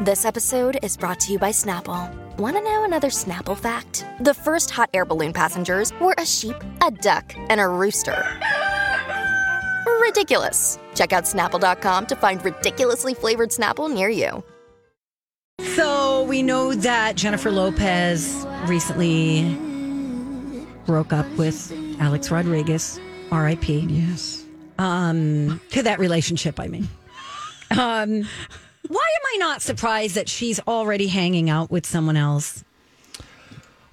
This episode is brought to you by Snapple. Want to know another Snapple fact? The first hot air balloon passengers were a sheep, a duck, and a rooster. Ridiculous. Check out snapple.com to find ridiculously flavored Snapple near you. So we know that Jennifer Lopez recently broke up with Alex Rodriguez, RIP. Yes. Um, to that relationship, I mean. Um, why am I not surprised that she's already hanging out with someone else?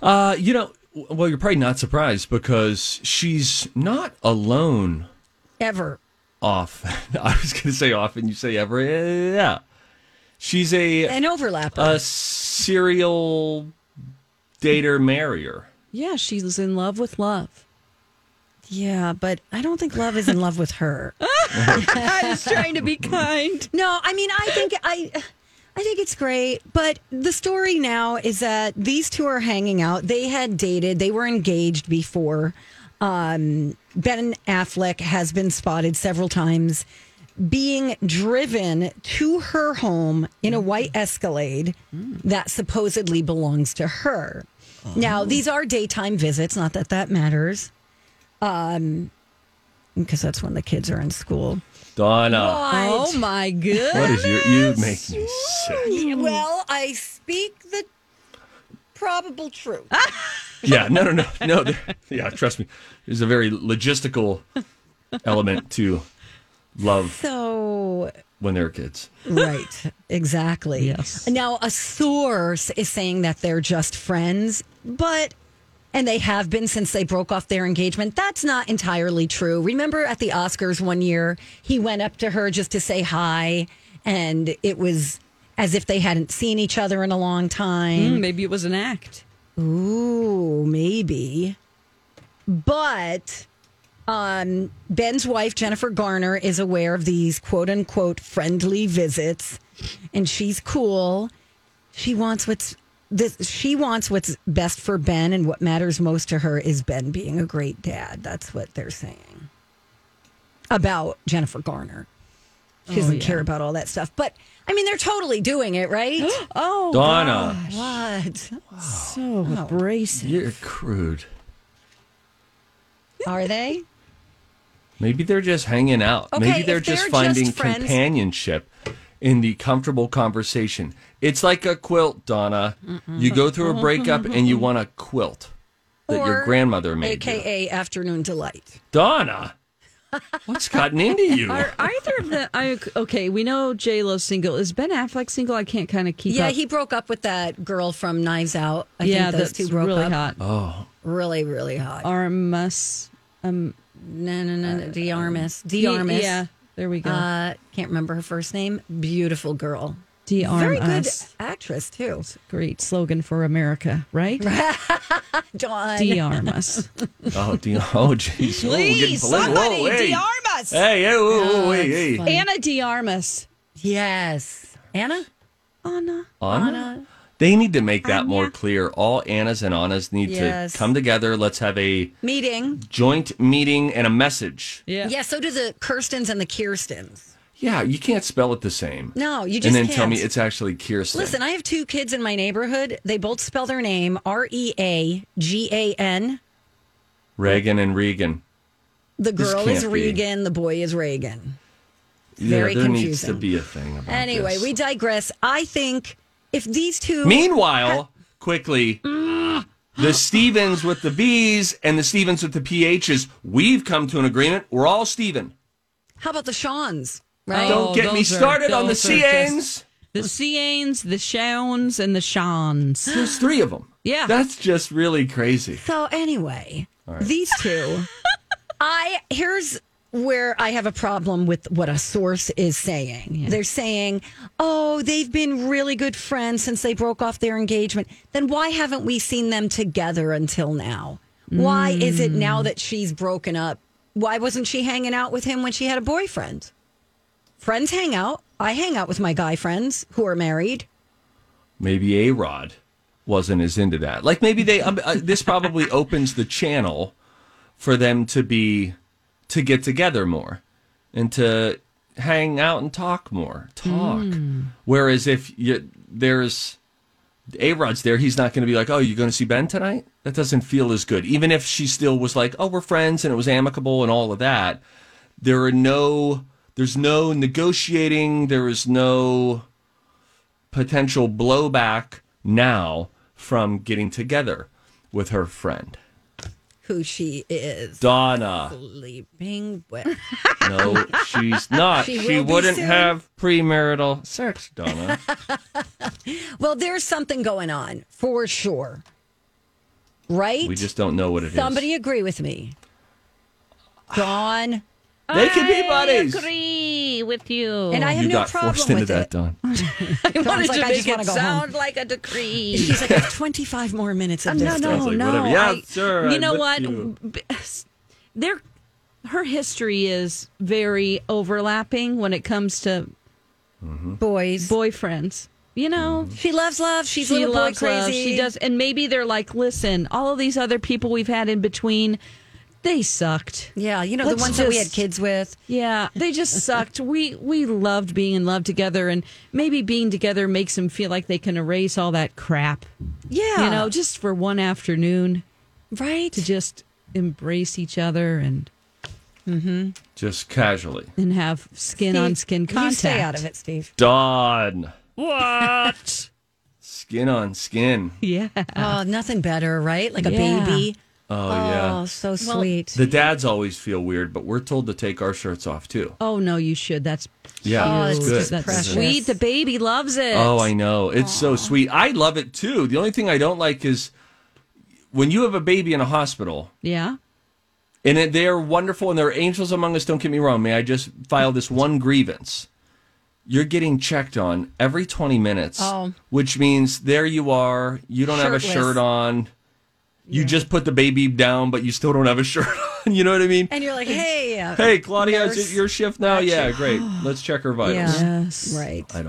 Uh, you know, well, you're probably not surprised because she's not alone Ever. off. I was going to say off, and you say ever. Eh, Yeah. She's a, An overlap. a serial dater marrier. Yeah, she's in love with love. yeah, but I don't think love is in love with her. I was trying to be kind. No, I mean, I think I, I think it's great. But the story now is that these two are hanging out. They had dated. They were engaged before. Um, ben Affleck has been spotted several times being driven to her home in a white Escalade that supposedly belongs to her. Now, these are daytime visits. Not that that matters. Um, because that's when the kids are in school. Donna. Oh my good. What is your. You make me sick. Well, I speak the probable truth. Yeah, no, no, no. no. there- Yeah, trust me. There's a very logistical element to love So, when they're kids. right, exactly. Yes. Now, a source is saying that they're just friends, but and they have been since they broke off their engagement. That's not entirely true. Remember at the Oscars one year, he went up to her just to say hi, and it was as if they hadn't seen each other in a long time. Mm, Maybe it was an act. Ooh, maybe. But um, Ben's wife, Jennifer Garner, is aware of these quote unquote friendly visits, and she's cool. She wants what's this she wants what's best for Ben and what matters most to her is Ben being a great dad. That's what they're saying. About Jennifer Garner. She doesn't care about all that stuff. But I mean they're totally doing it, right? Oh, Donna, what? so abrasive. you're crude. Are they? Maybe they're just hanging out. Okay, Maybe if they're just they're just finding friends- companionship in the comfortable conversation. It's like a quilt, Donna. You go through a breakup and you want a quilt that your Or grandmother made. you. AKA Afternoon Delight. Donna. What's gotten into you? Are either of the I okay? We know J Lo's single. Is Ben Affleck single? I can't kind of keep Yeah, up. he broke up with that girl from Knives Out. I yeah, think those that's two broke really up. hot. Oh, Really, really hot. Armas, no, no, no, no. Diarmas. Diarmas. Yeah, there we go. Uh, can't remember her first name. Beautiful girl. Diarmas. Very good actress, too. Great slogan for America, right? Dawn. Diarmas. Oh, Donna. Oh, jeez. Oh, we're getting Please, political. somebody, Whoa, hey. Diarmas. Hey, hey, whoa, whoa, hey, hey. Anna Diarmas. Yes. Anna? Anna. Uh, Anna? They need to make that more clear. All Annas and Annas need Yes. to come together. Let's have a Meeting. joint meeting and a message. Yeah. Yeah, so do the Kirstens and the Kirstens. Yeah, you can't spell it the same. No, you just and then tell can't. me it's actually Kirsten. Listen, I have two kids in my neighborhood. They both spell their name R E A G A N. Reagan and Regan. The This girl is can't be. Regan, the boy is Reagan. Very there needs confusing. to be a thing about Anyway, this. we digress. I think if these two Meanwhile, quickly, the Stevens with the B's and the Stevens with the PHs, we've come to an agreement. We're all Steven. How about the Shawns? Right? Oh, Don't get me those are- started on the those are CNs. The Seanes, the Shawns, and the Shawns. There's three of them. Yeah. That's just really crazy. So anyway, these two I here's where I have a problem with what a source is saying. They're saying, oh, they've been really good friends since they broke off their engagement. Then why haven't we seen them together until now? Why is it now that she's broken up? Why wasn't she hanging out with him when she had a boyfriend? Friends hang out. I hang out with my guy friends who are married. maybe A Rod wasn't as into that. Like maybe they um, uh, this probably opens the channel for them to be to get together more and to hang out and talk more. Talk. Whereas if you there's A Rod's there, he's not going to be like, "Oh, you're going to see Ben tonight." That doesn't feel as good. Even if she still was like, "Oh, we're friends," and it was amicable and all of that. There are no. There's no negotiating. There is no potential blowback now from getting together with her friend Who she is Donna. sleeping with. No, she's not. She, She will be wouldn't soon. have premarital sex, Donna. Well, there's something going on for sure. Right? we just don't know what it is. Somebody agree with me. Dawn. They could be buddies. agree with you. And I have You no got problem forced into with that, it. Don. I wanted to make it sound like a decree. She's like, I have 25 more minutes of no, this. no, Sounds like no. whatever. Yeah, I- sir, You I'm know with what? you. B- Their her history is very overlapping when it comes to Boys. boyfriends. You know, Mm. She loves love. She's she little boy loves crazy. love. She does, and maybe they're like, listen, all of these other people we've had in between, they sucked. Yeah, you know, Let's the ones that we had just- kids with. Yeah, they just sucked. We we loved being in love together, and maybe being together makes them feel like they can erase all that crap. Yeah. You know, just for one afternoon, right? to just embrace each other and Just casually. and have skin on skin contact. You stay out of it, Steve. Don. What? skin on skin. Yeah. Oh, nothing better, right? Like a Yeah. baby. Oh, Oh, yeah. so sweet. The dads always feel weird, but we're told to take our shirts off too. Oh no, you should. That's Yeah, Oh, it's it's good. just that's precious. sweet. The baby loves it. Oh, I know. It's so sweet. I love it too. The only thing I don't like is when you have a baby in a hospital yeah. and it- they're wonderful and they're angels among us. Don't get me wrong. May I just file this one grievance? You're getting checked on every 20 minutes, Oh. which means there you are. You don't have Shirtless. a shirt on. You just put the baby down, but you still don't have a shirt on. You know what I mean? and you're like, hey. uh, Hey, Claudia, is nurse. it your shift now? Yeah, great. Let's check her vitals. Yeah. Right.